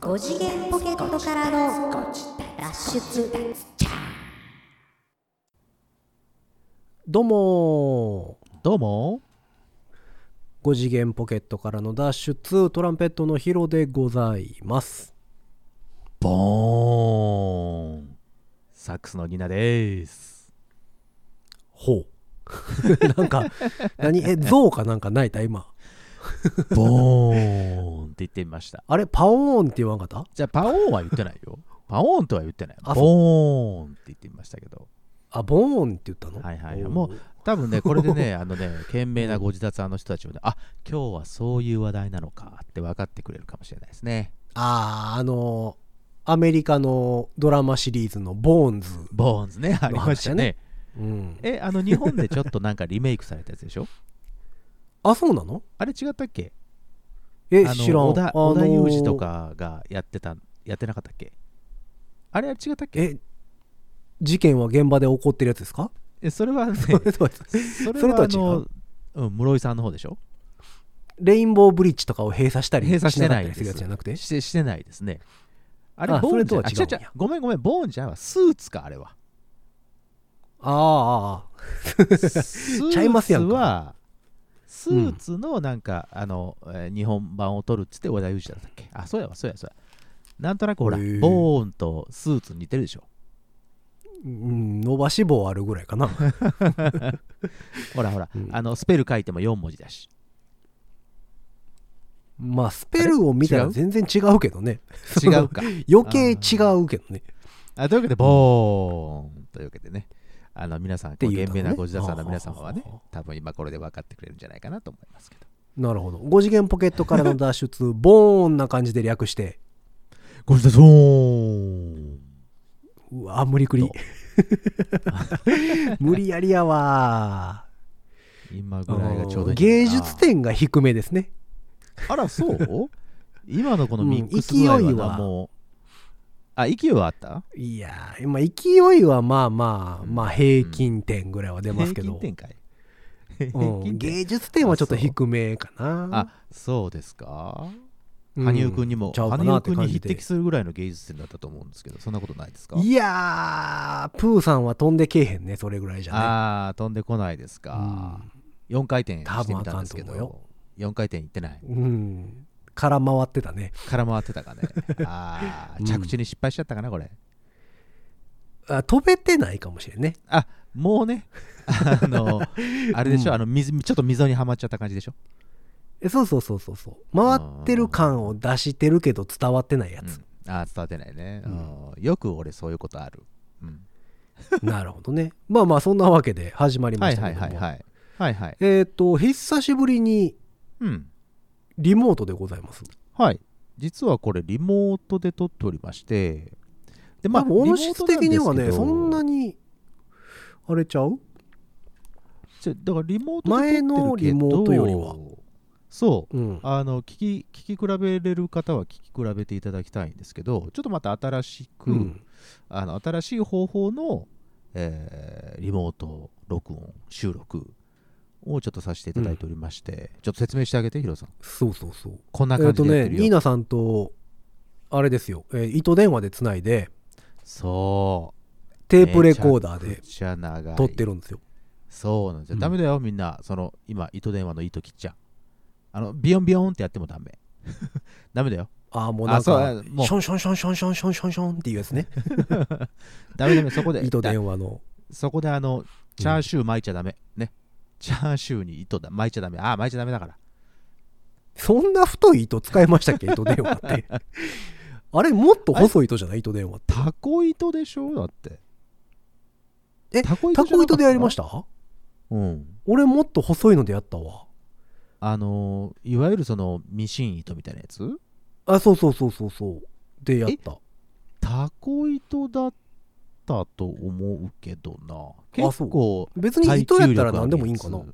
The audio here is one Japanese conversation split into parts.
5次元ポケットからの脱出どうもどうもー5次元ポケットからの脱出トランペットのヒロでございますボーンサックスのニナですほう なんか何え象かなんか泣いた今ボーンって言ってみましたあれパオーンって言わんかったじゃあパオーンは言ってないよパオーンとは言ってないあボーンって言ってみましたけどあボーンって言ったのはいはいおーもう多分ねこれでね あのね賢明なご自立あの人たちもねあ今日はそういう話題なのかって分かってくれるかもしれないですねあああのーアメリカのドラマシリーズのボーンズボーンズねありましたねうんえあの日本でちょっとなんかリメイクされたやつでしょあそうなのあれ違ったっけえあの知らん織田あの織ー田裕二とかがやってたやってなかったっけあれあれ違ったっけえ事件は現場で起こってるやつですか えそれはねそれそれはとはあの、うん、室井さんの方でしょレインボーブリッジとかを閉鎖したり閉鎖してないしかったりでするやつじゃなくてしてしてないですねあれあボーンじゃそれとは違うんやあ違う違うごめんごめんボーンじゃんはスーツかあれはああああス ーちゃいますやんツかはスーツのなんか、あの、えー日本版を撮るっつって織田裕二だったっけあそうやわそうやそうやなんとなくほらへーボーンとスーツ似てるでしょうん伸ばし棒あるぐらいか なほらほら、うんあのスペル書いても4文字だしまあスペルを見たあられ全然違うけどね違うか 余計違うけどねあというわけで、ボーンというわけでね、あの皆さん、てこいううのね厳明なご自宅さんの皆様はねああああ、多分今これで分かってくれるんじゃないかなと思いますけど。なるほど5次元ポケットからの脱出ボーンな感じで略してご自宅さんうわ無理 くり無理やりやわ今ぐらいがちょうどいいんじゃない芸かな術点が低めですねあら、そう今のこのミックスうん具合は勢いなはもう、あ、勢いはあったいやーまあ勢いはまあまあまあ平均点ぐらいは出ますけど、平均点かいうん平均点芸術点はちょっと低めかなあ、そうですか。うん羽生くんにも、ちゃうか羽な生ってく感んじでに匹敵するぐらいの芸術点だったと思うんですけど、そんなことないですかいやープーさんは飛んでけえへんねそれぐらいじゃねああー飛んでこないですか、4回転してみたんですけ多分あかんとど4回転いってないうん。空回ってたね。空回って たかねあうあん着地に失敗しちゃったかなこれあ飛べてないかもしれんね。あも うねあのあれでしょ、あの水ちょっと溝にはまっちゃった感じでしょ、えそうそうそうそうそう。回ってる感を出してるけど伝わってないやうんつ。あー伝わってないね、うんうんよく俺そういうことある、うんなるほどね。まあまあそんなわけで始まりまはしいたはけいども。はいはいはいはいえっ、と久しぶりにうんリモートでございます。はい実はこれリモートで撮っておりましてでまあ音質的にはねそんになにあれちゃう？ちょだからリモートで前撮のってるけどリモートよりはそううん。あの聞き聞き比べれる方は聞き比べていただきたいんですけどちょっとまた新しく、うんあの新しい方法の、えーリモート録音収録をちょっとさせていただいておりまして、ちょっと説明してあげてヒロさんそうそうそう。こんなえっ、感じとでねやってるニよ、ーナさんとあれですよ、えー糸電話でつないでそうテープレコーダーでめちゃ長い撮ってるんですよ。そうなんですよ、うんダメだよみんなその今糸電話の糸切っちゃうあのビヨンビヨンってやってもダメ ダメだよああ、もうなんあそかう、もうションションションションションションションションっていうやつ ね。ダメダメそこで糸電話の。そこであのチャーシュー巻いちゃダメ、ねチャーシューに糸だ巻いちゃダメああ巻いちゃダメだからそんな太い糸使いま したっけ糸電話って。あれ、もっと細い糸じゃない糸電話って。タコ糸でしょだってえタコタコ糸でやりましたたうん俺もっと細いのでやったわ。あのーいわゆるそのミシン糸みたいなやつあ、そうそうそうそうそう。でやった。タコ糸だったと思うけどなあ結構別に耐久糸や力あったらる何でもいいんかなや。つ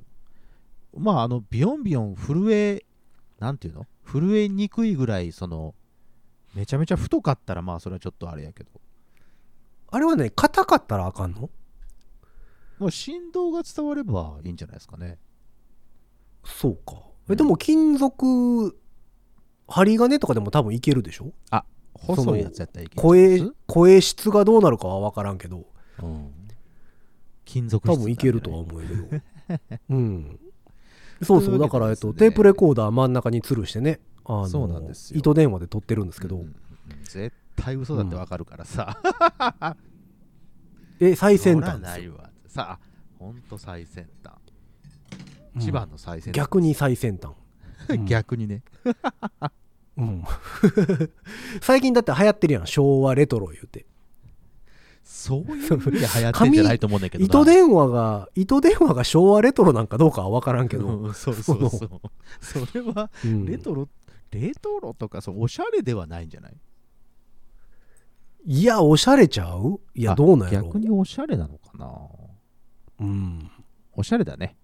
まああのビヨンビヨン震えなんていうの震えにくいぐらいそのめちゃめちゃ太かったらまあそれはちょっとあれやけどあれはね、硬かったらあかんのもう振動が伝わればいいんじゃないですかね。そうか。うえ、んでも金属、針金とかでも多分いけるでしょ細いやつやったらいけ声声質がどうなるかは分からんけどうん、金属質多なん分じゃなけいるとは思うけど うんそうとそいううわだけでから、えっと、ですねテープレコーダー真ん中に吊るしてねあのそうなんですよ糸電話で撮ってるんですけど、うん絶対嘘だってわかるからさ、え最先端そでらなすいよ、わさあほんと最先端、うん一番の最先端逆に最先 端うん逆にねうん 最近だって流行ってるやん昭和レトロ言うてそういう意味で流行ってんじゃないと思うんだけどな糸電話が糸電話が昭和レトロなんかどうかは分からんけど、うんそう そうそうそれはうんレトロ、レトロとかそうおしゃれではないんじゃないいやおしゃれちゃういやどうなんやろ逆におしゃれなのかなうんおしゃれだね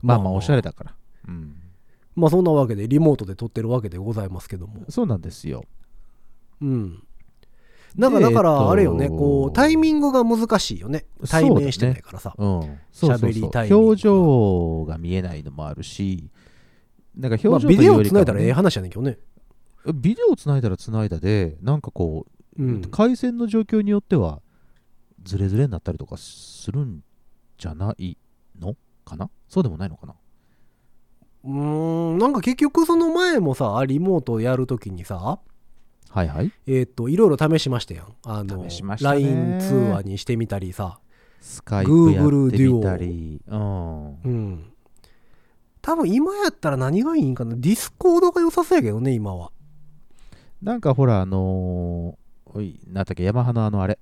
まあままああおしゃれだから、うん、まあそんなわけでリモートで撮ってるわけでございますけどもそうなんですようんなんかでだかえっとらあれよねこうタイミングが難しいよね対面してないからさうん、そうそう喋りそタうイミング表情が見えないのもあるしなんかまあ表情ビといデうよオりつかもね、ないだらええ話やねんけどねビデオつないだらつないだでなんかこうう、ん回線の状況によってはズレズレになったりとかするんじゃないのかなそうでもないのかなうーんなんか結局その前もさリモートやるときにさはいはいえっといろいろ試しましたやんあの試しましたね LINE 通話にしてみたりさスカイプやってみ Google たり、うん、うん多分今やったら何がいいんかなディスコードが良さそうやけどね今はなんかほらあのー、おいなんだっけヤマハのあのあれ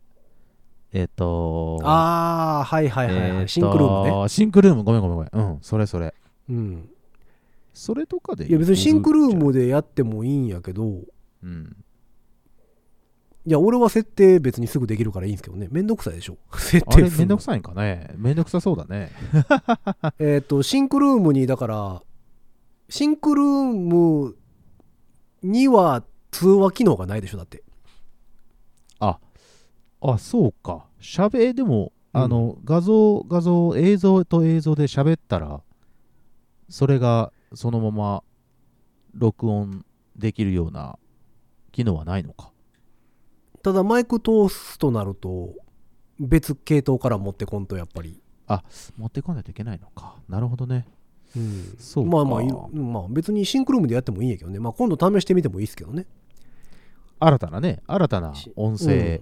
えっ、とああはいはいはい、はいシンクルームねねシンクルームごめんごめんごめんうんそれそれうんそれとかでいや別にシンクルーム、ムでやってもいいんやけどいうん、や俺は設定別にすぐできるからいいんですけどねめんどくさいでしょ 設あ定れすめるんどのくさいんかねめんどくさそうだねえっとシンクルームにだからシンクルームには通話機能がないでしょだってあそうか喋でも、うんあの画像画像映像と映像で喋ったらそれがそのまま録音できるような機能はないのかただマイク通すとなると別系統から持ってこんとやっぱり、持ってこないといけないのかなるほどねうんそうかまあまあいまあ別にシンクルームでやってもいいんやけどねまあ今度試してみてもいいですけどね新たなね新たなし音声、ね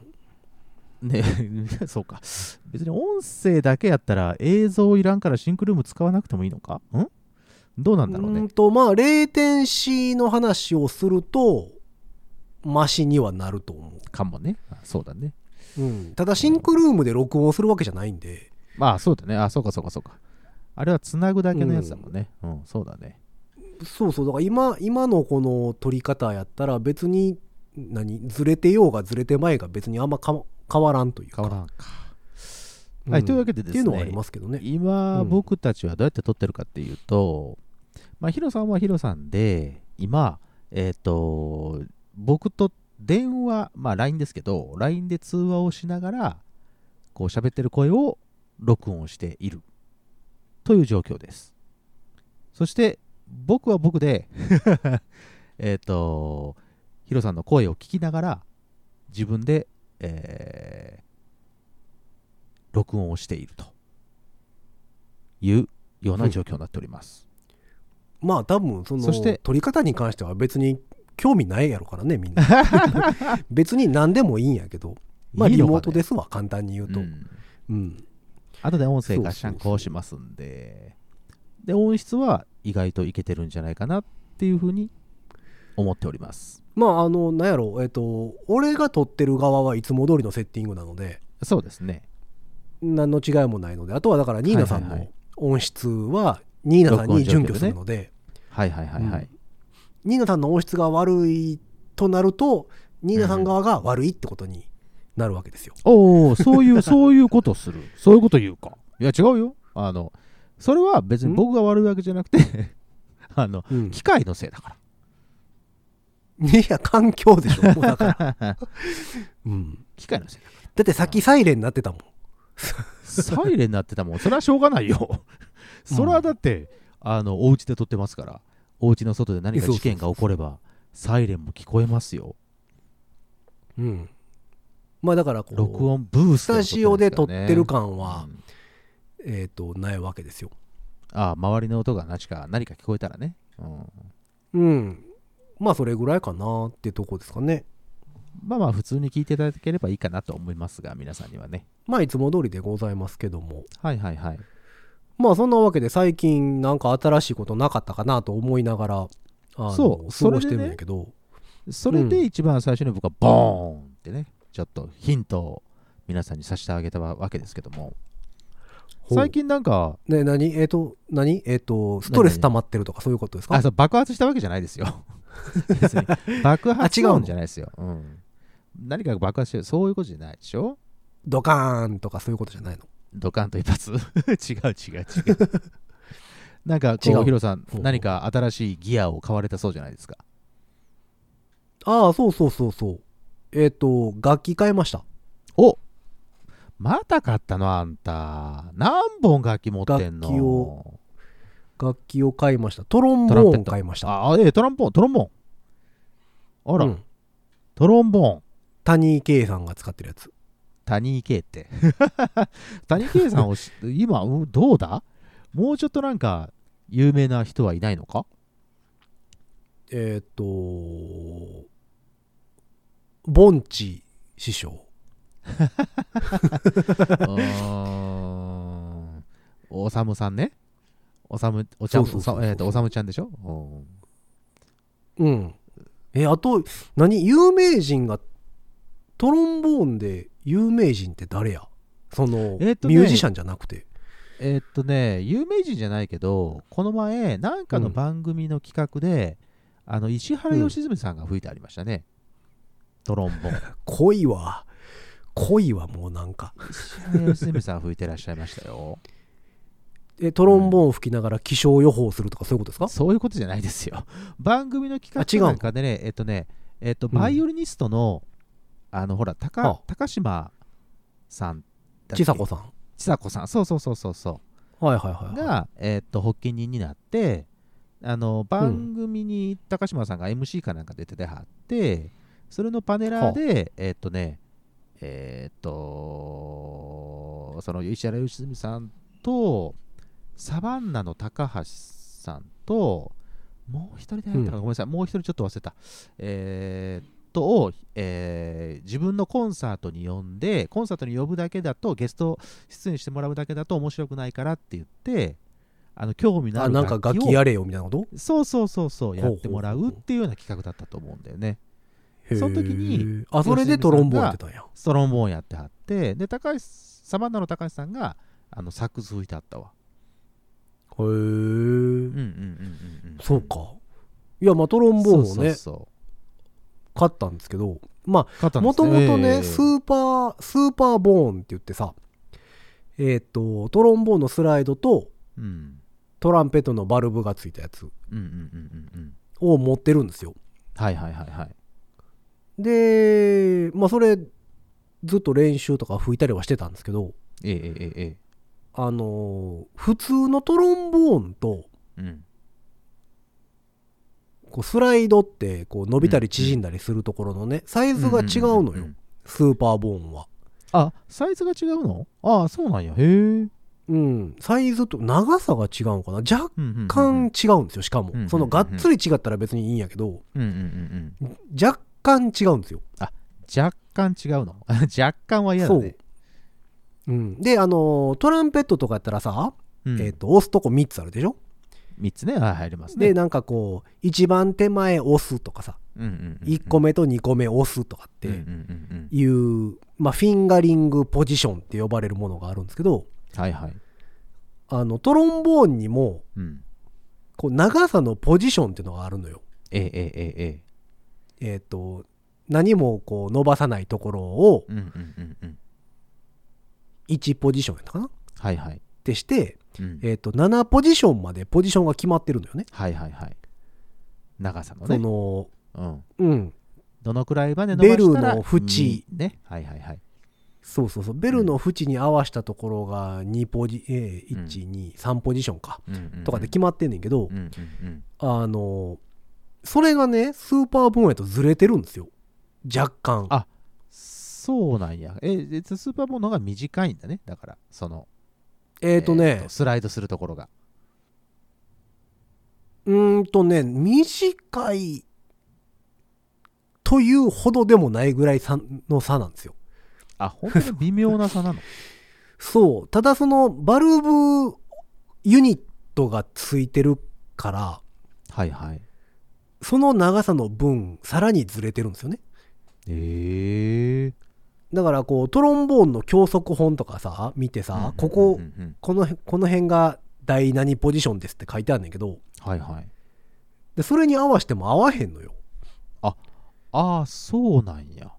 そうか別に音声だけやったら映像いらんからシンクルーム使わなくてもいいのかんどうなんだろうねーんとまあレーテンシーの話をするとマシにはなると思かもねあそうだねう、うん、ただシンクルームで録音するわけじゃないんでまあそうだね。あ、そうかそうかそうか。あれはつなぐだけのやつだもんね。うん、そうだね。そうそうだから今今のこの取り方やったら別に何ずれてようがずれてまいが別にあんまか変わらんというか変わらんか。はい、というわけでっですね。ていうのはありますけどね今、うん僕たちはどうやって撮ってるかっていうと、まあ、ヒロさんはヒロさんで、今、えっ、と、僕と電話、まあ、LINE ですけど、LINE で通話をしながら、こう、喋ってる声を録音しているという状況です。そして、僕は僕で、 えっと、ヒロさんの声を聞きながら、自分で、えー録音をしているというような状況になっております。まあ多分そのそして取り方に関しては別に興味ないやろからねみん な別に何でもいいんやけどまあいいリのかねモートですわ簡単に言うと、ううんんうん後で音声ガシャンこうしますんで、で、音質は意外といけてるんじゃないかなっていうふうに思っております。まああのなんやろえっ、と俺が撮ってる側はいつも通りのセッティングなのでそうですね。何の違いもないのであとはだからニーナさんはいはいのは音質はニーナさんに準拠するので、はいはいはいはい。ニーナさんの音質が悪いとなるとニーナさん側が悪いってことになるわけですよ、おお、そういう、そういうこと する。そういうこと言うか。いや、違うよ。あの、それは別に僕が悪いわけじゃなくて、 あの、うん機械のせいだかいや環境でしょもうだから、 ら。うん、機械のせいだかだってさっきサイレンになってたもんら。サイレンになってたもん。それはしょうがないよ。それはだって、あの、お家で撮ってますから、お家の外で何か事件が起これば、サイレンも聞こえますよ。うん、まあだからこう録音ブーススタジオで撮ってる感音は、えっ、とないわけですよ。ああ周りの音が何か何か聞こえたらね、うん、うん、まあそれぐらいかなってとこですかね。まあまあ普通に聞いていただければいいかなと思いますが皆さんにはねまあいつも通りでございますけどもはいはいはいまあそんなわけで最近なんか新しいことなかったかなと思いながらあのそう過そごれしでねてるんやけどそれで一番最初に僕はボーンってねちょっとヒントを皆さんにさせてあげたわけですけどもほう最近なんかね何えっ、と何えっ、とストレス溜まってるとかそういうことですかあそう爆発したわけじゃないです よ別に爆発あ違うの音じゃないですよ、うん、何かが爆発してるそういうことじゃないでしょドカーンとかそういうことじゃないのドカンと一発 違う 違う違うなんか違こううヒロさんほう何か新しいギアを買われたそうじゃないですかああそうそうそうそうえっ、と楽器変えましたおまた買ったのあんた何本楽器持ってんの楽器を楽器を買いましたトロンボトランペーッント買いましたああええトランポントロンボンあら、うんトロンボン谷井圭さんが使ってるやつ谷井圭って 谷井圭さ んを知今うんどうだもうちょっとなんか有名な人はいないのかえっ、とボンチ師匠うーん おさむさんね。おさむ、おちゃん、おそうそうそうさそうえっと、おさむちゃんでしょうんうん。え、あと、何有名人が、トロンボーンで有名人って誰やその、えっとねミュージシャンじゃなくて。えーっとね、有名人じゃないけど、この前、なんかの番組の企画で、あの、石原良純さんが吹いてありましたね。トロンボーン。恋は、恋はもうなんか。石原良純さん吹いてらっしゃいましたよ。え、トロンボーン吹きながら気象予報するとかそういうことですか、そういうことじゃないですよ。番組の企あ違うの画なんかでね、えっとね、えっと、うんバイオリニストの、あの、ほら、はあ高高島さんだっけちさ子さん。ちさ子さんそうそうそうそうそはいはいはうい。が、えーっと発起人になってあの番組に高島さんが MC かなんか出ててはってそれのパネラーで、えーっとねえーっとその石原良純さんとサバンナの高橋さんともう一人で入ったかな、うんごめんなさいもう一人ちょっと忘れたえーっとを、えー自分のコンサートに呼んでコンサートに呼ぶだけだとゲスト出演してもらうだけだと面白くないからって言ってあの興味のああ、るなん楽器かを楽器やれよみたいなことそうそうそうそほううほうやってもらうっていうような企画だったと思うんだよねへーその時にあ、それでトロンボーンやってたんや。ストロンボーンやってはってで高橋サバンナの高橋さんがあのサックス吹いてあったわへうんーうんうんうんうんそうか。いや、まあトロンボーンをね、そうそ買ったんですけど、まあ、うそうもともとね、スすーパー、スーパーボーンって言ってさ、えーっと、トロンボーンのスライドとうんトランペットのバルブがついたやつうんうんうんうんうんを持ってるんですよ。はいはいはいはいで、まあそれ、ずっと練習とか吹いたりはしてたんですけど、ええええええあのー普通のトロンボーンと、うんこうスライドってこう伸びたり縮んだりするところのね、サイズが違うのんんんよん、スーパーボーンは。あサイズが違うのああそうなんやへえうんうん、サイズと長さが違うのかな若うんうんうん干違うんですよ、しかもうんうんう。んそのがっつり違ったら別にいいんやけど、うんうんうんうん若干違うんですよ。若干違うの 若干は嫌だねうん、であのートランペットとかやったらさ、う、ん、えー、と押すとこ3つあるでしょ、 3つねはい入りますでねなんかこう一番手前押すとかさうんうんうん1個目と2個目押すとかってうんうんうんいう、まあ、フィンガリングポジションって呼ばれるものがあるんですけどうんはいはいあのトロンボーンにもうんこう長さのポジションっていうのがあるのよ。えええええええー、と何もこう伸ばさないところをうんうんうんうん1ポジションやったかなっはいはいてして、うんえー、と7ポジションまでポジションが決まってるのよね。はいはいはい長さのそねのうんうん、どのくらいまで伸ばしたらベルの縁うんねはいはいはいそうそうそうベルの縁に合わしたところが2ポジ、えー、123ポジションか、うんうんうんとかで決まってんねんけど、うんうんうんあのそれがねスーパーボーンやとずれてるんですよ若干あそうなんや。え、でスーパーモードの方が短いんだね。だから、その、えっ、ー、とえーねと、スライドするところが。うーんとね、短いというほどでもないぐらい差の差なんですよ。あ、ほんとに微妙な差 なの。そう。ただそのバルブユニットがついてるから、はいはい。その長さの分、さらにずれてるんですよね。ええだからこう、トロンボーンの教則本とかさ、見てさ、ここうん、うんうんこの辺、この辺が第何ポジションですって書いてあるんだけど、はいはい。で、それに合わしても合わへんのよ。ああ、そうなんや。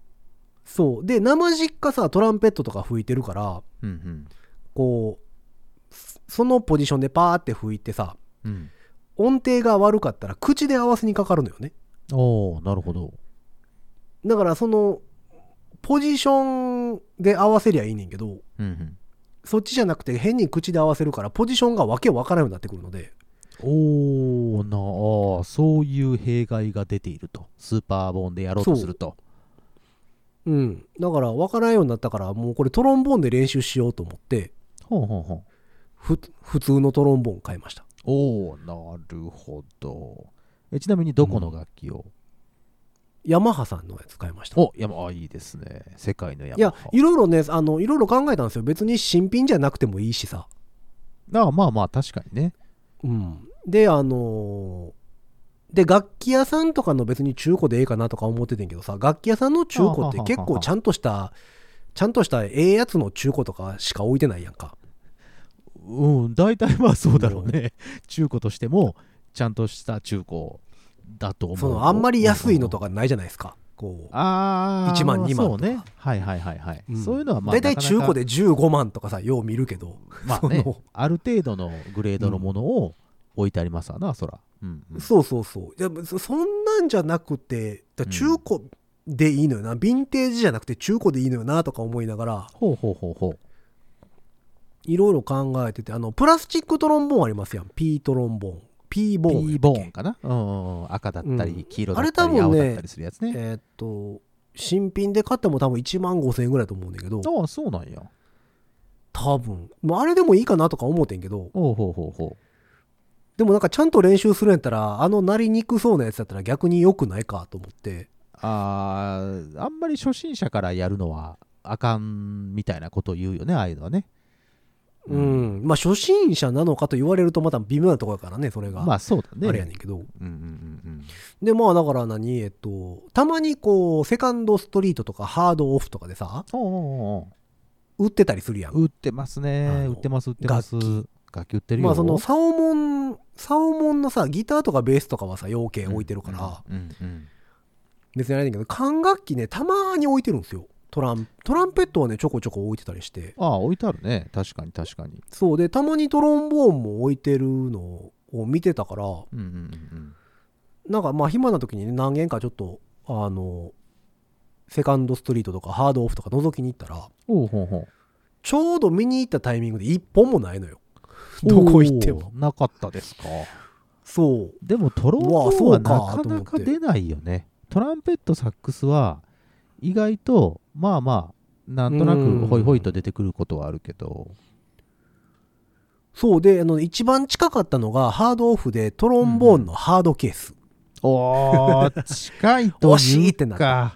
そう。で、生実家さ、トランペットとか吹いてるから、うんこうそそのポジションでパーって吹いてさうん。うん。音程が悪かったら口で合わせにかかるのよねおおなるほど。だからそのポジションで合わせりゃいいねんけどうんうん。そっちじゃなくて変に口で合わせるからポジションがわけわからんようになってくるのでおーなあーそういう弊害が出ているとスーパーボーンでやろうとするとうんだからわからんようになったからもうこれトロンボーンで練習しようと思ってほうほうほうふ普通のトロンボーン買いましたおおなるほどえちなみにどこの楽器を、ヤマハさんのやつ買いましたお山あいいですね世界の山いやいろいろねあのいろいろ考えたんですよ別に新品じゃなくてもいいしさああまあまあ確かにねうん、であのーで楽器屋さんとかの別に中古でええかなとか思っててんけどさ楽器屋さんの中古って結構ちゃんとしたちゃんとしたええやつの中古とかしか置いてないやんかうん大体まあそうだろうね中古としてもちゃんとした中古だと思うそのあんまり安いのとかかないじゃないですかこうああ1万まあ2万そうとねかはいはいはいはい、んそういうのはまあ大体中古でで15万とかさよう見るけどまあねその、ある程度のグレードのものを置いてありますわな、そら。うんうんそうそうそういやそそんなんじゃなくてだから中古でいいのよな、ヴィンテージじゃなくて中古でいいのよなとか思いながらほうほうほうほう。いろいろ考えててあのプラスチックトロンボーンありますやん P トロンボーン P ボーンやったっけピーボーンかな、うんうんうん赤だったうんり、黄色だったあれ多り、分青ねだったりするやつね。えーっと新品で買っても多分1万5000円ぐらいだと思うんだけどああ、そうなんや。多分もうあれでもいいかなとか思うてんけどほうほうほうほでもなんかちゃんと練習するんやったらあのなりにくそうなやつだったら逆に良くないかと思ってう。ああ、あんまり初心者からやるのはあかんみたいなことを言うよね、ああいうのはね。ううんん、まあ初心者なのかと言われるとまた微妙なところやからねそれが、まあそうだね。あれやねんけどうんうんうんでまあだから何えっとたまにこうセカンドストリートとかハードオフとかでさうん。おうおう売ってたりするやんおう売ってますあね。の売ってます、売ってます。楽楽器売ってるよ。まあそのサオモンサオモンのさギターとかベースとかはさ養鶏置いてるから、うんうん別にあれだけど管楽器ねたまーに置いてるんですよトラントランペットはねちょこちょこ置いてたりしてああ、置いてあるね。確かに確かに。そうでたまにトロンボーンも置いてるのを見てたからうんうんうんうん。なんかまあ暇な時にね何軒かちょっとあのセカンドストリートとかハードオフとか覗きに行ったらおうほうほう。ちょうど見に行ったタイミングで1本もないのよどこ行ってもおーなかったですかそうでもトロンボーンはなかなか出ないよねトランペットサックスは意外とまあまあなんとなうくんホイホイと出てくることはあるけどそうであの一番近かったのがハードオフでトロンボーンのハードケース、おー近いというか惜しいってなっ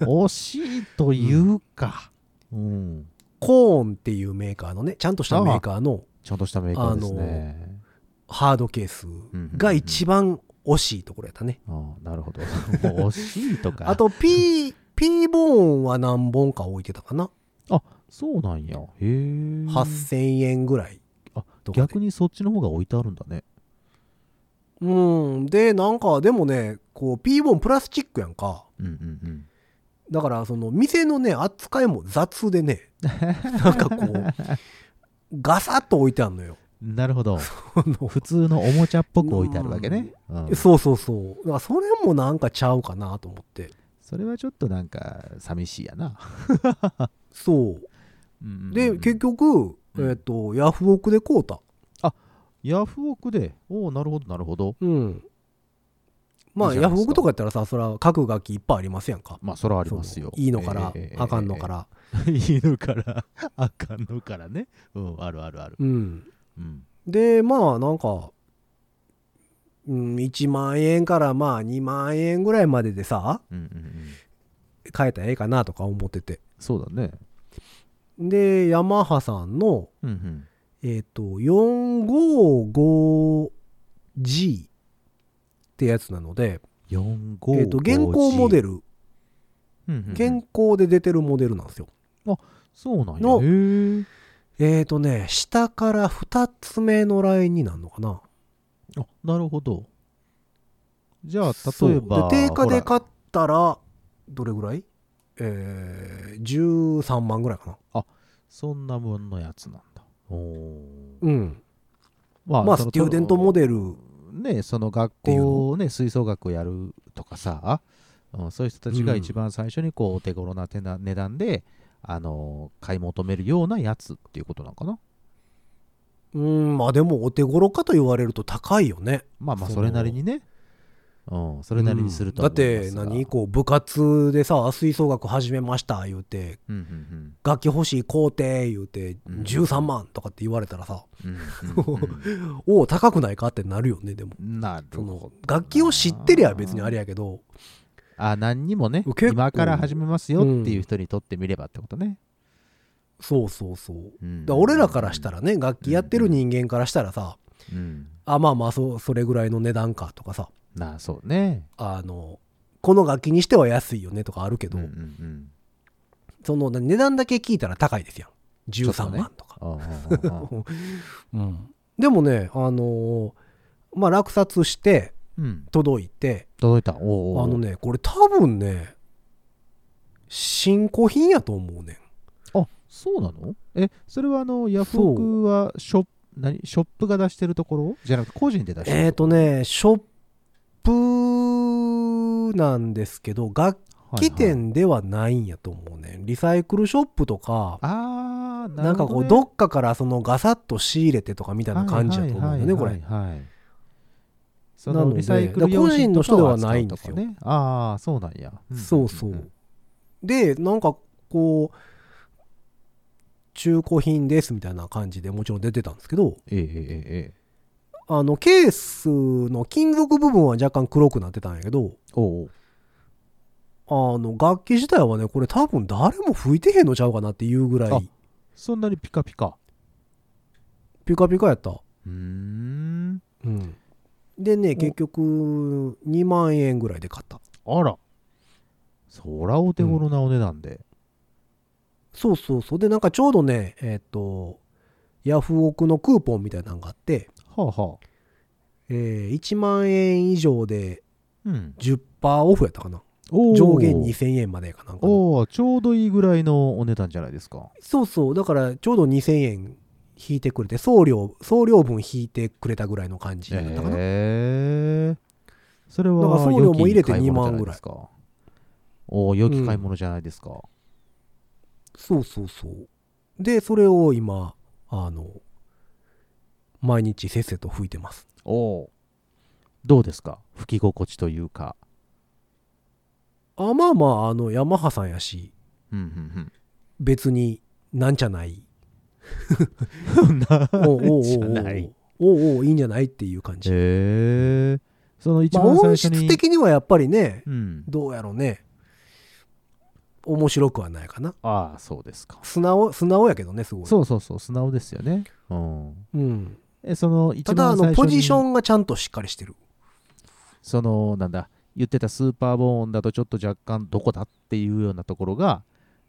惜しいというか、うん、コーンっていうメーカーのねちゃんとしたメーカーのちゃんとしたメーカーですねハードケースが一番惜しいところやったね、あーなるほどもう惜しいとかあと P, P ボーンは何本か置いてたかな、そうなんやへえ8000円ぐらいあとかで逆にそっちの方が置いてあるんだねうんでなんかでもねこう P ボーンプラスチックやんかうんうんうんだからその店のね扱いも雑で ねなんかこうガサッと置いてあんのよなるほど。あの普通のおもちゃっぽく置いてあるわけね。うんそうそうそうだからそれもなんかちゃうかなと思ってそれはちょっとなんか寂しいやな。そうで結局、うんえっとヤフオクで買うたヤフオクで、おお、なるほど、なるほど。うんまあいいじゃヤないですかフオクとかやったらさそら各楽器いっぱいありますやんかまあ、それはありますよ。そのいいのから、ええあかんのか。ら、ええええ いいのから、 あかんのからね。うん、あるあるある。うんうん。でまあなんか、うん、1万円からまあ2万円ぐらいまででさうんうんうん。買えたらええかなとか思っててそうだね。でヤマハさんのうんうん。えっ、と 455G ってやつなので、 4、5、えっと現行モデルル。うんうんう現ん、行で出てるモデルなんですよそうなんや。のへーえっ、とね下から2つ目のラインになるのかなあ、なるほど。じゃあ、そう例えば。で定価でほら買ったらどれぐらいえー、13万ぐらいかなそんなもんのやつなんだ。おーうんままあスチューデントモデデルル。ね、その学ていう校をね、吹奏楽をやるとかさ、うんそういう人たちがうん一番最初にこう、お手頃な手な値段で、あのー買い求めるようなやつっていうことなのかな。うんまあでもお手頃かと言われると高いよねまあまあ、そうそれなりにね。うん、それなりにするとうんだはっ思いまてすが何こう部活でさ吹奏楽始めました言うてうんうん楽器欲しい買うて言うてうん13万とかって言われたらさ、うん うんうんおお高くないかってなるよねでもうんなるそほど。の楽器を知ってりゃ別にあれやけどあ、何にもね結構、今から始めますよっていう人にとってみればってことね。そうそうそううだんから俺らからしたらね楽器やってる人間からしたらさ、うん。あまあまあそうそれぐらいの値段かとかさなあ、そうね。あのこの楽器にしては安いよねとかあるけど、うんうんうんその値段だけ聞いたら高いですやんょっと13ね万とかああああああうんでもねあのーまあ落札してうん。届いて届いた。おあうおうおうのねこれ多分ね新古品やと思うねんあ、そうなのえ、それはあの、ヤフオクはショップ、何ショップが出してるところじゃなくて個人で出してるえっ、ー、とねショップなんですけど楽はいはい器店ではないんやと思うねんリサイクルショップとかあー、なんかこうどっかからそのガサッと仕入れてとかみたいな感じだと思うんだよねこれ。はいはいはい。そなののでリサイクル用品とかは使個人の人うとかではないね。ああ、そうなんや。んそうそんんう。でなんかこう中古品ですみたいな感じでもちろん出てたんですけどええええええ。あのケースの金属部分は若干黒くなってたんやけどおうおうあの楽器自体はねこれ多分誰も吹いてへんのちゃうかなっていうぐらあいそんなにピカピカ。ピカピカやった。うーん。うん、でね結局2万円ぐらいで買った。あら。そらお手頃なお値段で。そうそうそうでなんかちょうどねえっ、とヤフオクのクーポンみたいなのがあって、はあはあ。えー1万円以上でうん。 10%オフやったかなおー上限2000円までかなんかなおお、ちょうどいいぐらいのお値段じゃないですか。そうそうだからちょうど2000円引いてくれて送料送料分引いてくれたぐらいの感じだったかな、へえ。それだはから送料も入れて良2き買い物万じゃなぐでらいすか。おお、良き買い物じゃないですか。そうそうそうでそれを今あの毎日せっせと吹いてますおお。どうですか吹き心地というか。あまあまああのヤマハさんやしうん別になんじゃ ないうんうん。なおうおうおうおうじゃない。おうおういいんじゃないっていう感じ、へえ。その一まあ、番最音初質に。的にはやっぱりねうん。どうやろうね面白くはないかなああ、そうですか。素直素直やけどねすごいそうそうそう、素直ですよね。うん。うん、え、その一ただあ番最初に。のポジションがちゃんとしっかりしてるそのなんだ言ってたスーパーボーンだとちょっと若干どこだっていうようなところが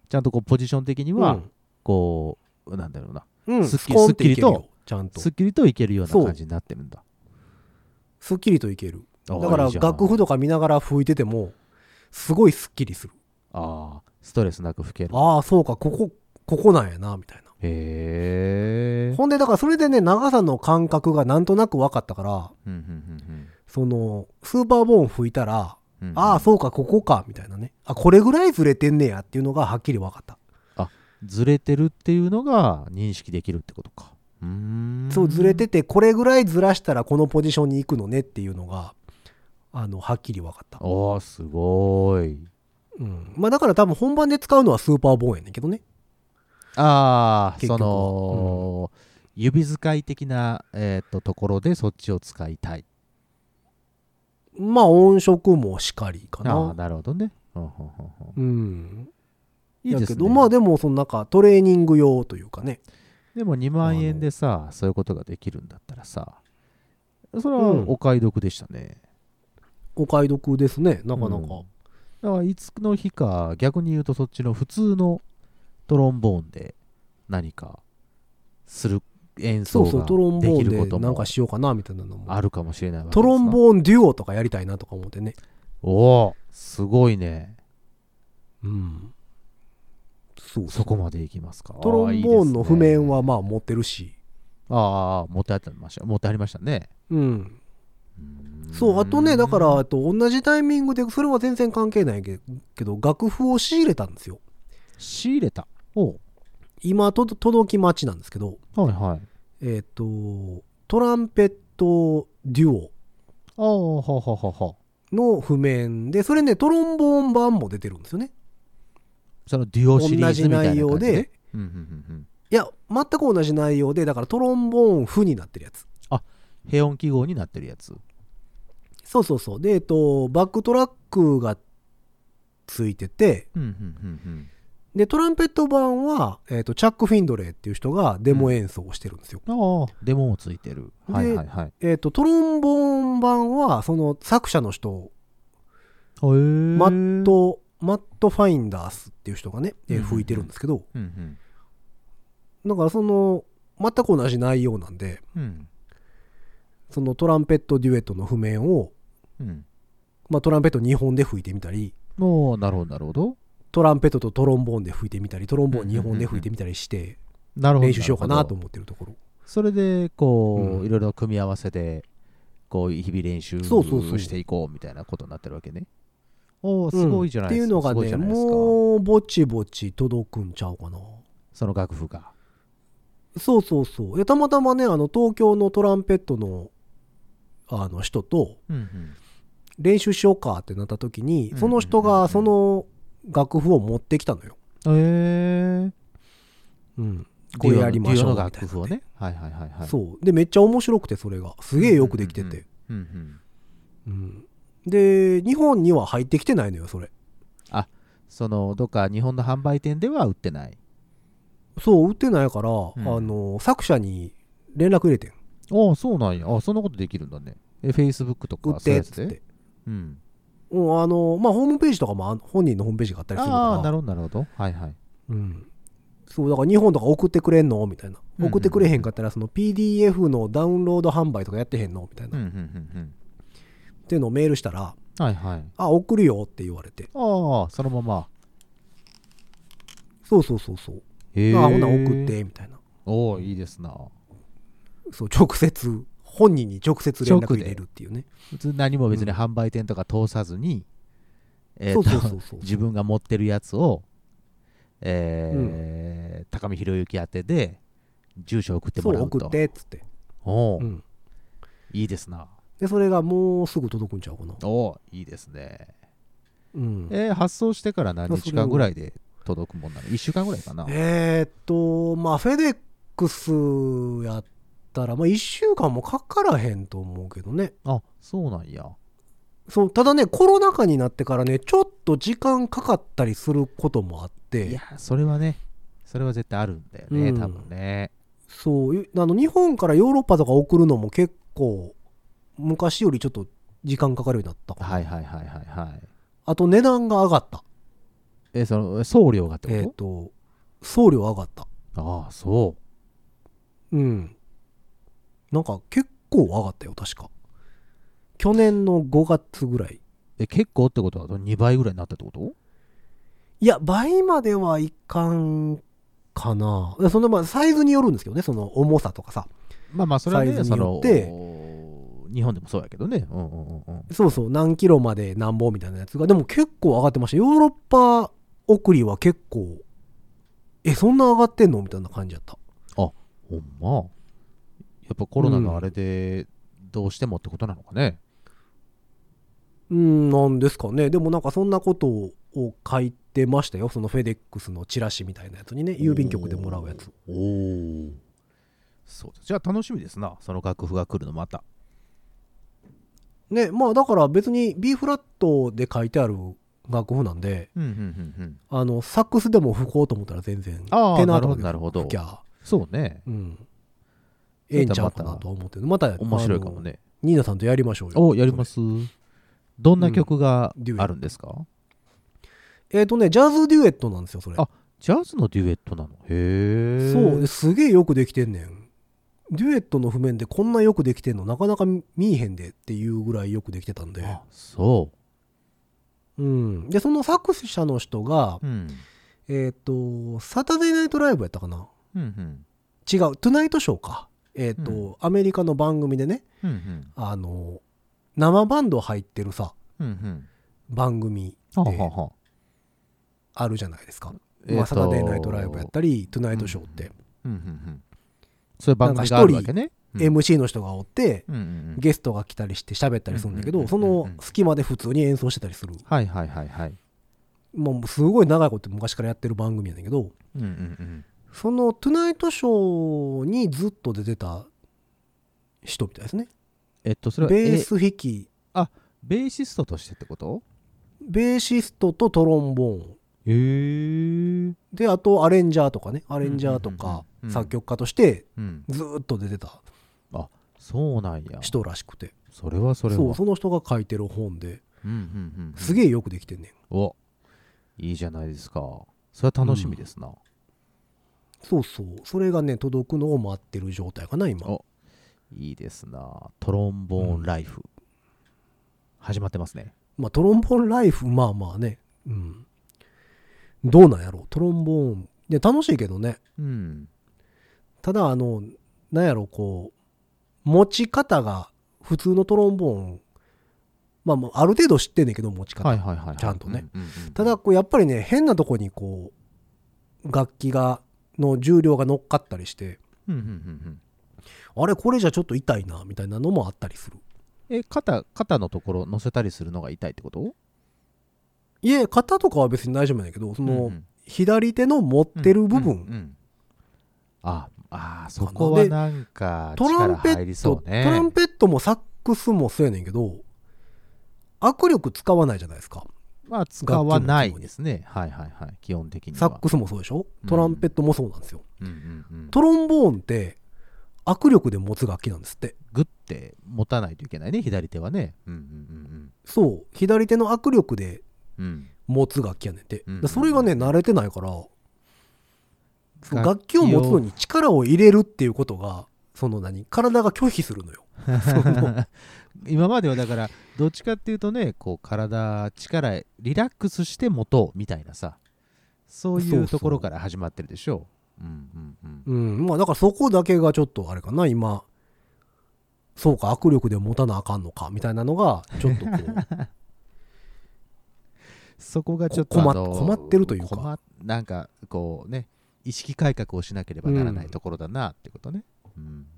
ちゃんとこうポジション的にうはんこう、なんだろうなうん、すっきりスコンっていけるすっきりよちゃんとすっきりといけるようなそう感じになってるんだすっきりといけるあーだからいいじゃん楽譜とか見ながら吹いててもすごいすっきりするあーストレスなく吹けるああそうかここここなんやなみたいなへえほんでだからそれでね長さの感覚がなんとなく分かったからうんうんそのスーパーボーン吹いたらうんうんああそうかここかみたいなねあこれぐらいずれてんねやっていうのがはっきり分かった、ずれてるっていうのが認識できるってことかうーんそうずれててこれぐらいずらしたらこのポジションに行くのねっていうのがあのはっきり分かった、おーすごーいうんまあ、だから多分本番で使うのはスーパーボーンやねんけどねああ結そ局の、指使い的な、えーっとところでそっちを使いたいまあ音色もしかりかああななるほどねうんうんうんうんうんいいですやけねどまあでもそのなんかトレーニング用というかねでも2万円でさそういうことができるんだったらさそれはうんお買い得でしたね、お買い得ですねなかなか、うんだからいつの日か逆に言うとそっちの普通のトロンボーンで何かする演そ奏うそうトロンがでボきるーこンでとなんもかしようかなみたいなのもあるかもしれないわけですトなロンボーンデュオとかやりたいなとか思ってねおおすごいねうんそうそこまでいきますかトロンボーンの譜面あはまあ持ってるしあああ持ってありました持ってありましたねうんそうあとねだからあと同じタイミングでそれは全然関係ないけけど楽譜を仕入れたんですよ仕入れたおう今と届き待ちなんですけどはいはいえっ、とトランペットデュオああははははの譜面でそれねトロンボーン版も出てるんですよねそのデュオシリーズみたいな感じ、同ね、じ内容でうんうんうんうんいや全く同じ内容でだからトロンボーン譜になってるやつ平音記号になってるやつそうそうそうでえっ、とバックトラックがついててうんうんうんでトランペット版は、えっとチャック・フィンドレーっていう人がデモ演奏をしてるんですよ、うんああデモもついてるではいはいはいへえっ、と、トロンボーン版は、その作者の人、えマット、マット・ファインダースっていう人がね、えーうんうんうん吹いてるんですけど、うんだからその、全く同じ内容なんで、うんうんそのトランペットデュエットの譜面を、うんまあ、トランペット2本で吹いてみたり、もうなるほどなるほどトランペットとトロンボーンで吹いてみたり、トロンボーン2本で吹いてみたりして、なるほど練習しようかなとう思ってるところ。それでこう、うんいろいろ組み合わせでこう日々練習そうそうそうしていこうみたいなことになってるわけねおおすごいじゃっないていでうすか、のがすごいね、じゃないですかもうぼちぼち届くんちゃうかな。その楽譜がそうそうそう。いやたまたまね、あの、東京のトランペットの、あの人と、うんうん練習しようかってなった時にうんその人うんうんうがんその楽譜を持ってきたのよ。へえうん、これやりましょうデュオのみたい楽な譜をねはいはいはいはいそうでめっちゃ面白くてそれがすげえよくできてて、うんうんうんで日本には入ってきてないのよそれそのどっか日本の販売店では売ってないそう売ってないから、んあの作者に連絡入れてんああそうなんやあそんなことできるんだねえ Facebook と売かってそういうっやつつっでて、うん、うんあのまあ、ホームページとかもあ本人のホームページがあったりするからああなるほどなるほどはいはいうん、そうだから日本とか送ってくれんのみたいなうんうん送ってくれへんかったらその PDF のダウンロード販売とかやってへんのみたいな、うんうっんうんていうのをメールしたらうんはいはいあ、送るよって言われて。ああそのままそうそうそうそう。へえあ、ほな送って、みたいな。おおいいですなそう、直接、本人に直接連絡入れるっていうね。普通何も別に販売店とか通さずに、えーそうとそうそうそう自分が持ってるやつを、えー高見博之宛てで住所送ってそもらう、うと送って、っつって。おお、うん。いいですなで、それがもうすぐ届くんちゃうかな。おおいいですねうん。えー発送してから何あそ日れを間ぐらいで届くもんなの1週間ぐらいかなえーっと、まあ、フェデックスやったら、まあ、1週間もかからへんと思うけどね。あそうなんやそう、ただね、コロナ禍になってからね、ちょっと時間かかったりすることもあっいてや、それはねそれは絶対あるんだよね、うん多分ねそう、あの、日本からヨーロッパとか送るのも結構、昔よりちょっと時間かかるようになったかなはいはいはいはいはいあと値段が上がった。えその送料がってこと、えっ、と、送料上がった。ああそうん。なんか結構上がったよ、確か。去年の5月ぐらい。うえ結構ってことは2倍ぐらいになったってこといや、倍まではいかんかな。そのまあサイズによるんですけどね、その重さとかさ。まあまあそれはねサイズそにのよって日本でもそうやけどねうんうんうんうんそうそう、何キロまでなんぼみたいなやつが。でも結構上がってました。ヨーロッパ送りは結構、え、そんな上がってんのみたいな感じだった。ほんまやっぱコロナのあれでどうしてもってことなのかね、うん、なんですかね。でもなんかそんなことを書いてましたよ。そのフェデックスのチラシみたいなやつにね、郵便局でもらうやつ。おおそうですじゃあ楽しみですなその楽譜が来るのまたね、まあだから別に B フラットで書いてある楽譜なんで、うんうんうんうんあの、サックスでも吹こうと思ったら全然、ああテナーとかでなるほどなるほど吹きゃ、そうねうん。ええんちゃうかなとは思ってる。また、面白いかもねあの。ニーナさんとやりましょうよ。おやりますどんな曲がうんデュエットあるんですか、えっ、とね、ジャズデュエットなんですよ、それ。あジャズのデュエットなのへえそうですげえよくできてんねんデュエットの譜面でこんなよくできてんのなかなか見見えへんでっていうぐらいよくできてたんで、あそうん、でその作者の人がう、うん、えっ、とサタデーナイトライブやったかなうんうん違う「トゥナイトショーか」えっ、と、うアメリカの番組でねうんうんあの生バンド入ってるさうんうん番組はでははあるじゃないですか、えーまあ、サとタデーナイトライブやったり「トゥナイトショー」って、うんうんうんそういう番組があるわけねうん MC の人がおってうんうんうんゲストが来たりして喋ったりするんだけうんどうんうそんうんうんの隙間で普通に演奏してたりするはいはいはいはいもうすごい長いこと昔からやってる番組やねんけどうんうんうんその「トゥナイトショー」にずっと出てた人みたいですねえっとそベれはえース弾きベーシストとしてってことベーシストとトロンボーンへえであとアレンジャーとかねアレンジャーとうんうんうんかうん作曲家としてうんずっと出てたそうなんや人らしくてそれはそれはそうその人が書いてる本でうんうんうんすげえよくできてんねんおいいじゃないですかそれは楽しみですな、そうそうそれがね届くのを待ってる状態かな今おいいですなトロンボーンライフ、始まってますねまあトロンボーンライフまあまあねうんどうなんやろうトロンボーンで楽しいけどねうんただあのなんやろこう持ち方が普通のトロンボーンまあもうある程度知ってんねんけど持ち方、はいはいはいはいちゃんとね、うんうんうんうんただこうやっぱりね変なとこにこう楽器がの重量が乗っかったりしてうんうんうんうんあれこれじゃちょっと痛いなみたいなのもあったりするえ肩肩のところ乗せたりするのが痛いってこといえ肩とかは別に大丈夫なんやけどその、うんうん左手の持ってる部分、うんうんうんああーそこはでなんかトラ力ンペ入りット、そうねトランペットもサックスもそうやねんけど握力使わないじゃないですかまあ使わないですねはいはいはい基本的にはサックスもそうでしょトランペットもそうなんですよ、うんうんうんトロンボーンって握力で持つ楽器なんですってグッて持たないといけないね左手はねうんうんそう左手の握力でうんうんうん持つ楽器やねんて、うんだからそれがね慣れてないからそう楽器を楽器を持つのに力を入れるっていうことがその何体が拒否するのよその 今まではだからどっちかっていうとねこう体力リラックスして持とうみたいなさそうそういそううところから始まってるでしょううんうんうん、まあだからそこだけがちょっとあれかな、今、そうか、握力で持たなあかんのか、みたいなのが、ちょっとこ う、うんそこがちょっとこ困っあの困ってるというか困っなんかこうね意識改革をしなければならないところだなってことね、うん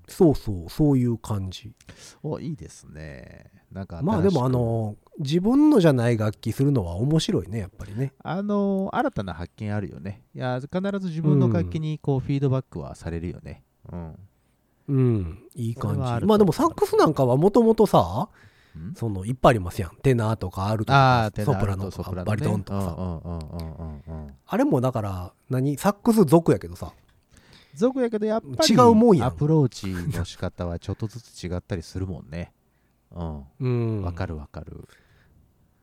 そうそう、そういう感じ。おいいですねなんか新しくまあでも、あの、自分のじゃない楽器するのは面白いね、やっぱりね。あの新たな発見あるよねいや必ず自分の楽器にこうフィードバックはされるよねうん、うん、いいそれは感じ。あるとまあでも、サックスなんかはもともとさ、うんその、いっぱいありますやん。テナーとか、アルトとあかあ、テナソープラノととソか、プラノねバリトンとかさ。うんうんうんうんうんうんあれもだから、何サックス族やけどさ、俗やけどやっぱり違うもんやんアプローチの仕方はちょっとずつ違ったりするもんね。うん。うん。わかるわかる。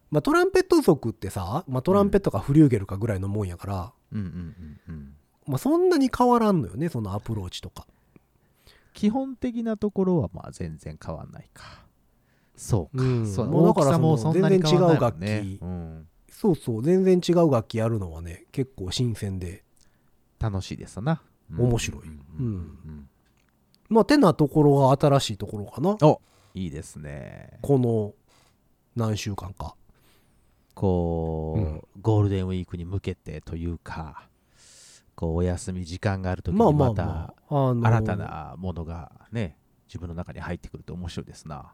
まあ、トランペット族ってさ、まあ、トランペットかフリューゲルかぐらいのもんやから、うんうんうんうん。まあ、そんなに変わらんのよねそのアプローチとか基本的なところはまあ全然変わんないか。そうか。うんそうもうだ大かきらさもそそのんなに変わんないもん全ね然違う楽器。うんそうそう全然違う楽器やるのはね結構新鮮で楽しいですな。うん面白いうんうんうんまあてなところが新しいところかなおいいですね。この何週間かこう、ゴールデンウィークに向けてというか、こうお休み時間があるときまあにままあた、まあ、あの新たなものがね自分の中に入ってくると面白いですな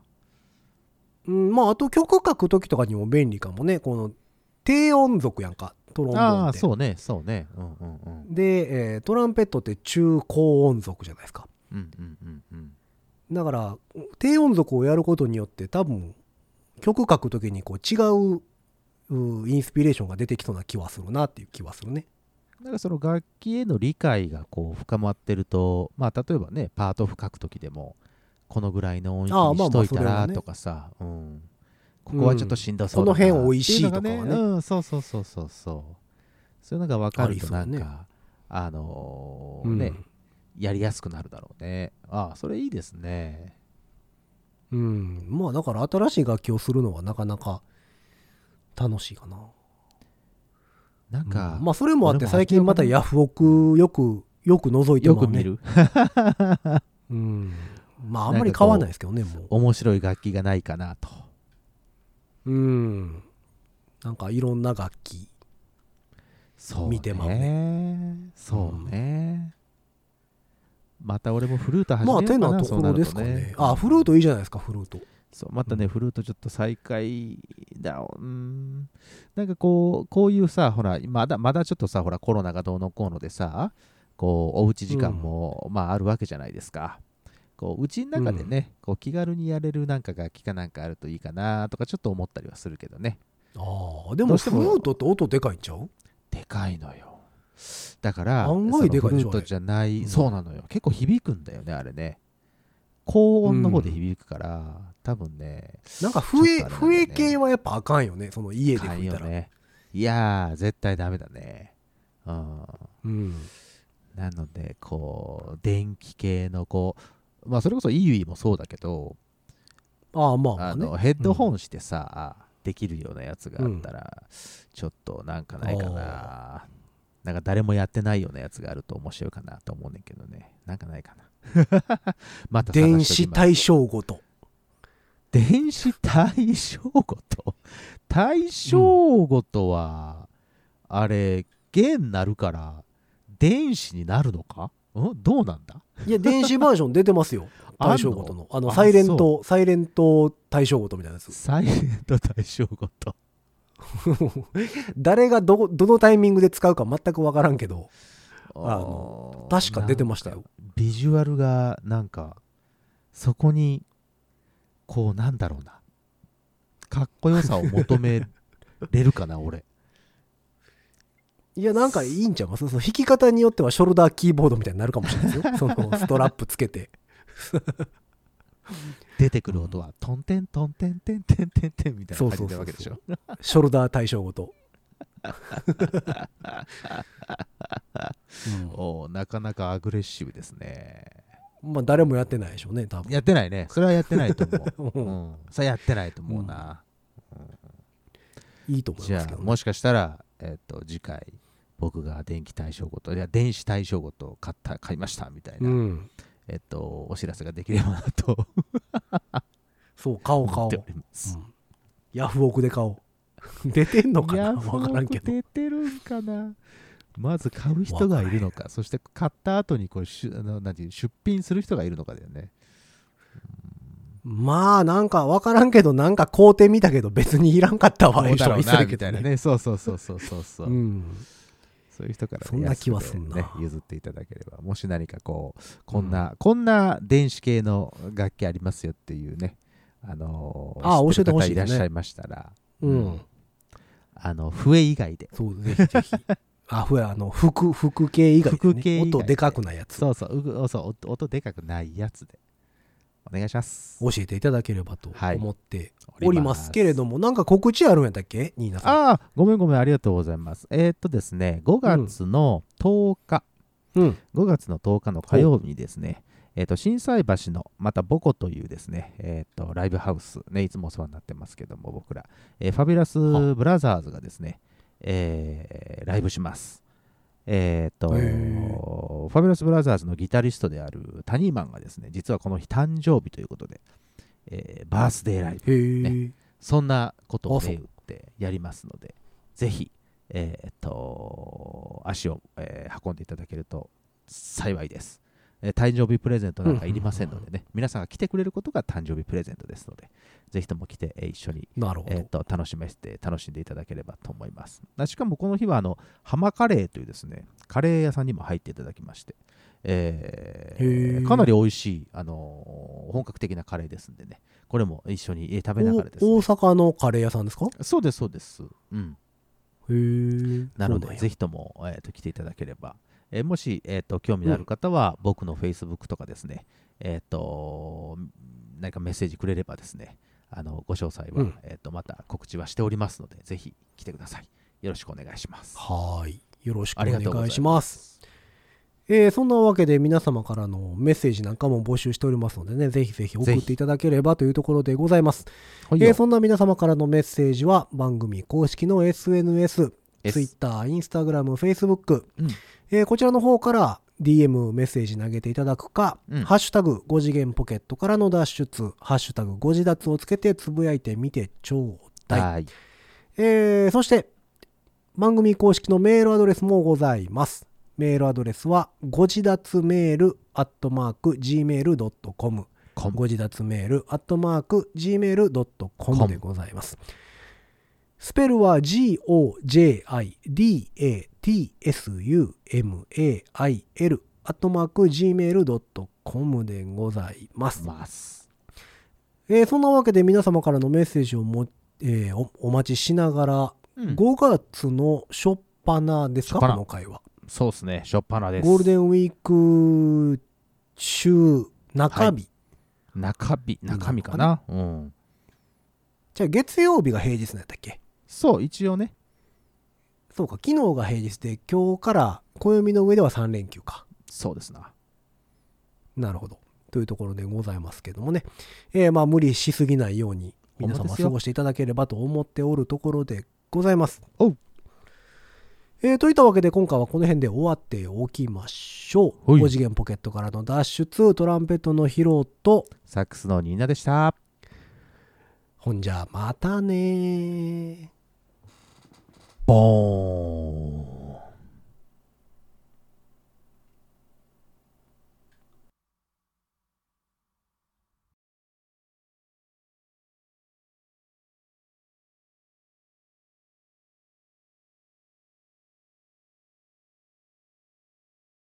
うん、まああと曲書く時とかにも便利かもねこの低音族やんかトロンボーンあっあー、てそうね、そうね。うんうんうん。で、えートランペットって中高音族じゃないですかうんうんうんうん。だから低音族をやることによって多分曲書く時にこう違ううインスピレーションが出てきそうな気はするなっていう気はするねなんかその楽器への理解がこう深まってると、まあ例えばね、パート譜書くときでも、このぐらいの音域ああにまあしまあといたそれはらねとかさ、うん。ここはちょっとしんどそうだなこの辺美味しいとかはねってうのがうん、そうそうそうそうそう。そういうのが分かるとあなりんそか、うねあのーね、やりやすくなるだろうね。ああ、それいいですね。うん、うん、まあだから新しい楽器をするのはなかなか楽しいかななんか、うんまあそれもあっ俺ても最近またヤフオクよくよく覗いてよもく見る。うんまああんまり買わないですけどねもう面白い楽器がないかなと。うんなんかいろんな楽器そう見てまうね。そうね。また俺もフルート始まあめよてうかな、なとそこうなろるでとすかねあフルートいいじゃないですかフルートそうまたね、フルートちょっと再開だうんなんかこうこういうさほらまだまだちょっとさほらコロナがどうのこうのでさこうおうち時間も、まああるわけじゃないですかこううちの中でね、こう気軽にやれるなんか楽器かなんかあるといいかなとかちょっと思ったりはするけどねああでどもうしてフもルートって音でかいんちゃうでかいのよだから案外でかいでしょそのフルートじゃない、あれそうなのよ結構響くんだよねあれね高音の方で響くから、多分ねなんか笛ちょっとあれだ笛よね系はやっぱあかんよねその家で買えん吹いよたら、ね、いやー絶対ダメだねうんうんなのでこう電気系のこうまあそれこそ EUE もそうだけどああまあまああねのヘッドホンしてさ、できるようなやつがあったら、ちょっとなんかないかななんか誰もやってないようなやつがあると面白いかなと思うねんけどねなんかないかな また探電しと子きます対象ごと電子対象ごと対象ごとは、あれ弦なるから電子になるのかんどうなんだいや電子バージョン出てますよあんの対象ごとのあのあサイレンそトサイレント対象ごとみたいなやつサイレント対象ごと誰がどこどのタイミングで使うか全く分からんけどあの確か出てましたよビジュアルがなんかそこにこうなんだろうなかっこよさを求めれる かな俺いやなんかいいんちゃいますその弾き方によってはショルダーキーボードみたいになるかもしれないです よそのストラップつけて出てくる音はトンテントンテンテンテンテンテンみたいな感じなわけでしょそうショルダー対象ご と、おーなかなかアグレッシブですね。うんまあ誰もやってないでしょうね多分やってないね。それはやってないと思う。ううん。それはやってないと思うな。いいと思いじまゃすけあ、ど、ね、もしかしたら、えっと、次回、僕が電気対象ごと、いや、電子対象ごと買った、買いました、みたいうな、んえっと、お知らせができればなとそう顔思顔っております。ヤフオクで顔 出てんのかなヤフオ分クからんけど出てるんかな。まず買う人がいるのか、そして買った後にこうしゅあのなんていう出品する人がいるのかだよね。まあなんか分からんけどなんか工程見たけど別にいらんかったわどうだろうな、いう人もいみそうたやけいなどね。そうそうそうそうそうそうう。んそういう人からね、そんな気はすん安なくね譲っていただければ、もし何かこう、こんな、こんな電子系の楽器ありますよっていうね、あのーあ知教えってるてほ方しいねらっしゃいましたら、うんあの、笛以外で、そうぜひぜ ひあふやあの服服系以外で、ね、服系以外で音でかくないやつそうそう、うぐそう音音でかくないやつで、お願いします。教えていただければとはい思っておりますけれども。も、なんか告知あるんやったっけニーナさん。ああ、ごめんごめん、ありがとうございます。えーっとですね、5月の10日、うん、 5月の10日の火曜日にですね、えー、と震災橋のまたボコというですね、えー、とライブハウス、ね、いつもお世話になってますけども僕ら、えーファビュラスブラザーズがですね、えーライブしますえっ、とへフーァビュラスブラザーズのギタリストであるタニーマンがですね実はこの日誕生日ということで、えーバースデーライブへえ、そんなことをあそう銘打ってやりますので、ぜひ、えーっと、足を、えー運んでいただけると幸いです。えー誕生日プレゼントなんかいりませんのでね、皆さんが来てくれることが誕生日プレゼントですので、ぜひとも来て、えー一緒に、なるほえー、ど。と楽しめて楽しんでいただければと思います。あしかもこの日はあの、ハマカレーというですね、カレー屋さんにも入っていただきまして、えーへーかなり美味しい、あのー本格的なカレーですんでね、これも一緒に、えー食べながらですおね大。阪のカレー屋さんですかへそうです、そうです。うん。え。なそのうで、んやぜひとも、えー、と来ていただければ、えーもし、えー、と興味のある方は、僕の Facebook とかですね、えっ、と、何かメッセージくれればですね、あのご詳細は、うんえー、とまた告知はしておりますので、ぜひ来てください。よろしくお願いします。はーい。よろしくおありがとうござ願いまいす。します。えーそんなわけで皆様からのメッセージなんかも募集しておりますのでね、ぜひぜひ送っていただければというところでございます。はいよえーそんな皆様からのメッセージは番組公式の SNS、 S Twitter、Instagram、Facebook、うんえーこちらの方から DM メッセージ投げていただくか、うんハッシュタグ5次元ポケットからの脱出、ハッシュタグ5次脱をつけてつぶやいてみてちょうだい。はい。えーそして番組公式のメールアドレスもございます。メールアドレスはご自立メールアットマーク gmail.com こんご自立メールアットマーク gmail.com でございます。スペルは g-o-j-i-d-a-t-s-u-m-a-i-l アットマーク gmail.com でございます。ます。えーそんなわけで皆様からのメッセージをも、えーおお待ちしながら、うん5月の初っ端ですか初っこ端の回はそうですね、しょっぱなです。ゴールデンウィーク週中日、中日、中身かな。うん。じゃあ月曜日が平日なんやったっけそう、一応ね、そうか昨日が平日で今日から暦の上では3連休かそうですな。なるほどというところでございますけどもね、えーまあ無理しすぎないように皆ほ様んまです過よごしていただければと思っておるところでございますおうえーといったわけで今回はこの辺で終わっておきましょう。はい5次元ポケットからの脱出、トランペットの披露と、サックスのニーナでした。ほんじゃまたねー。ボーン。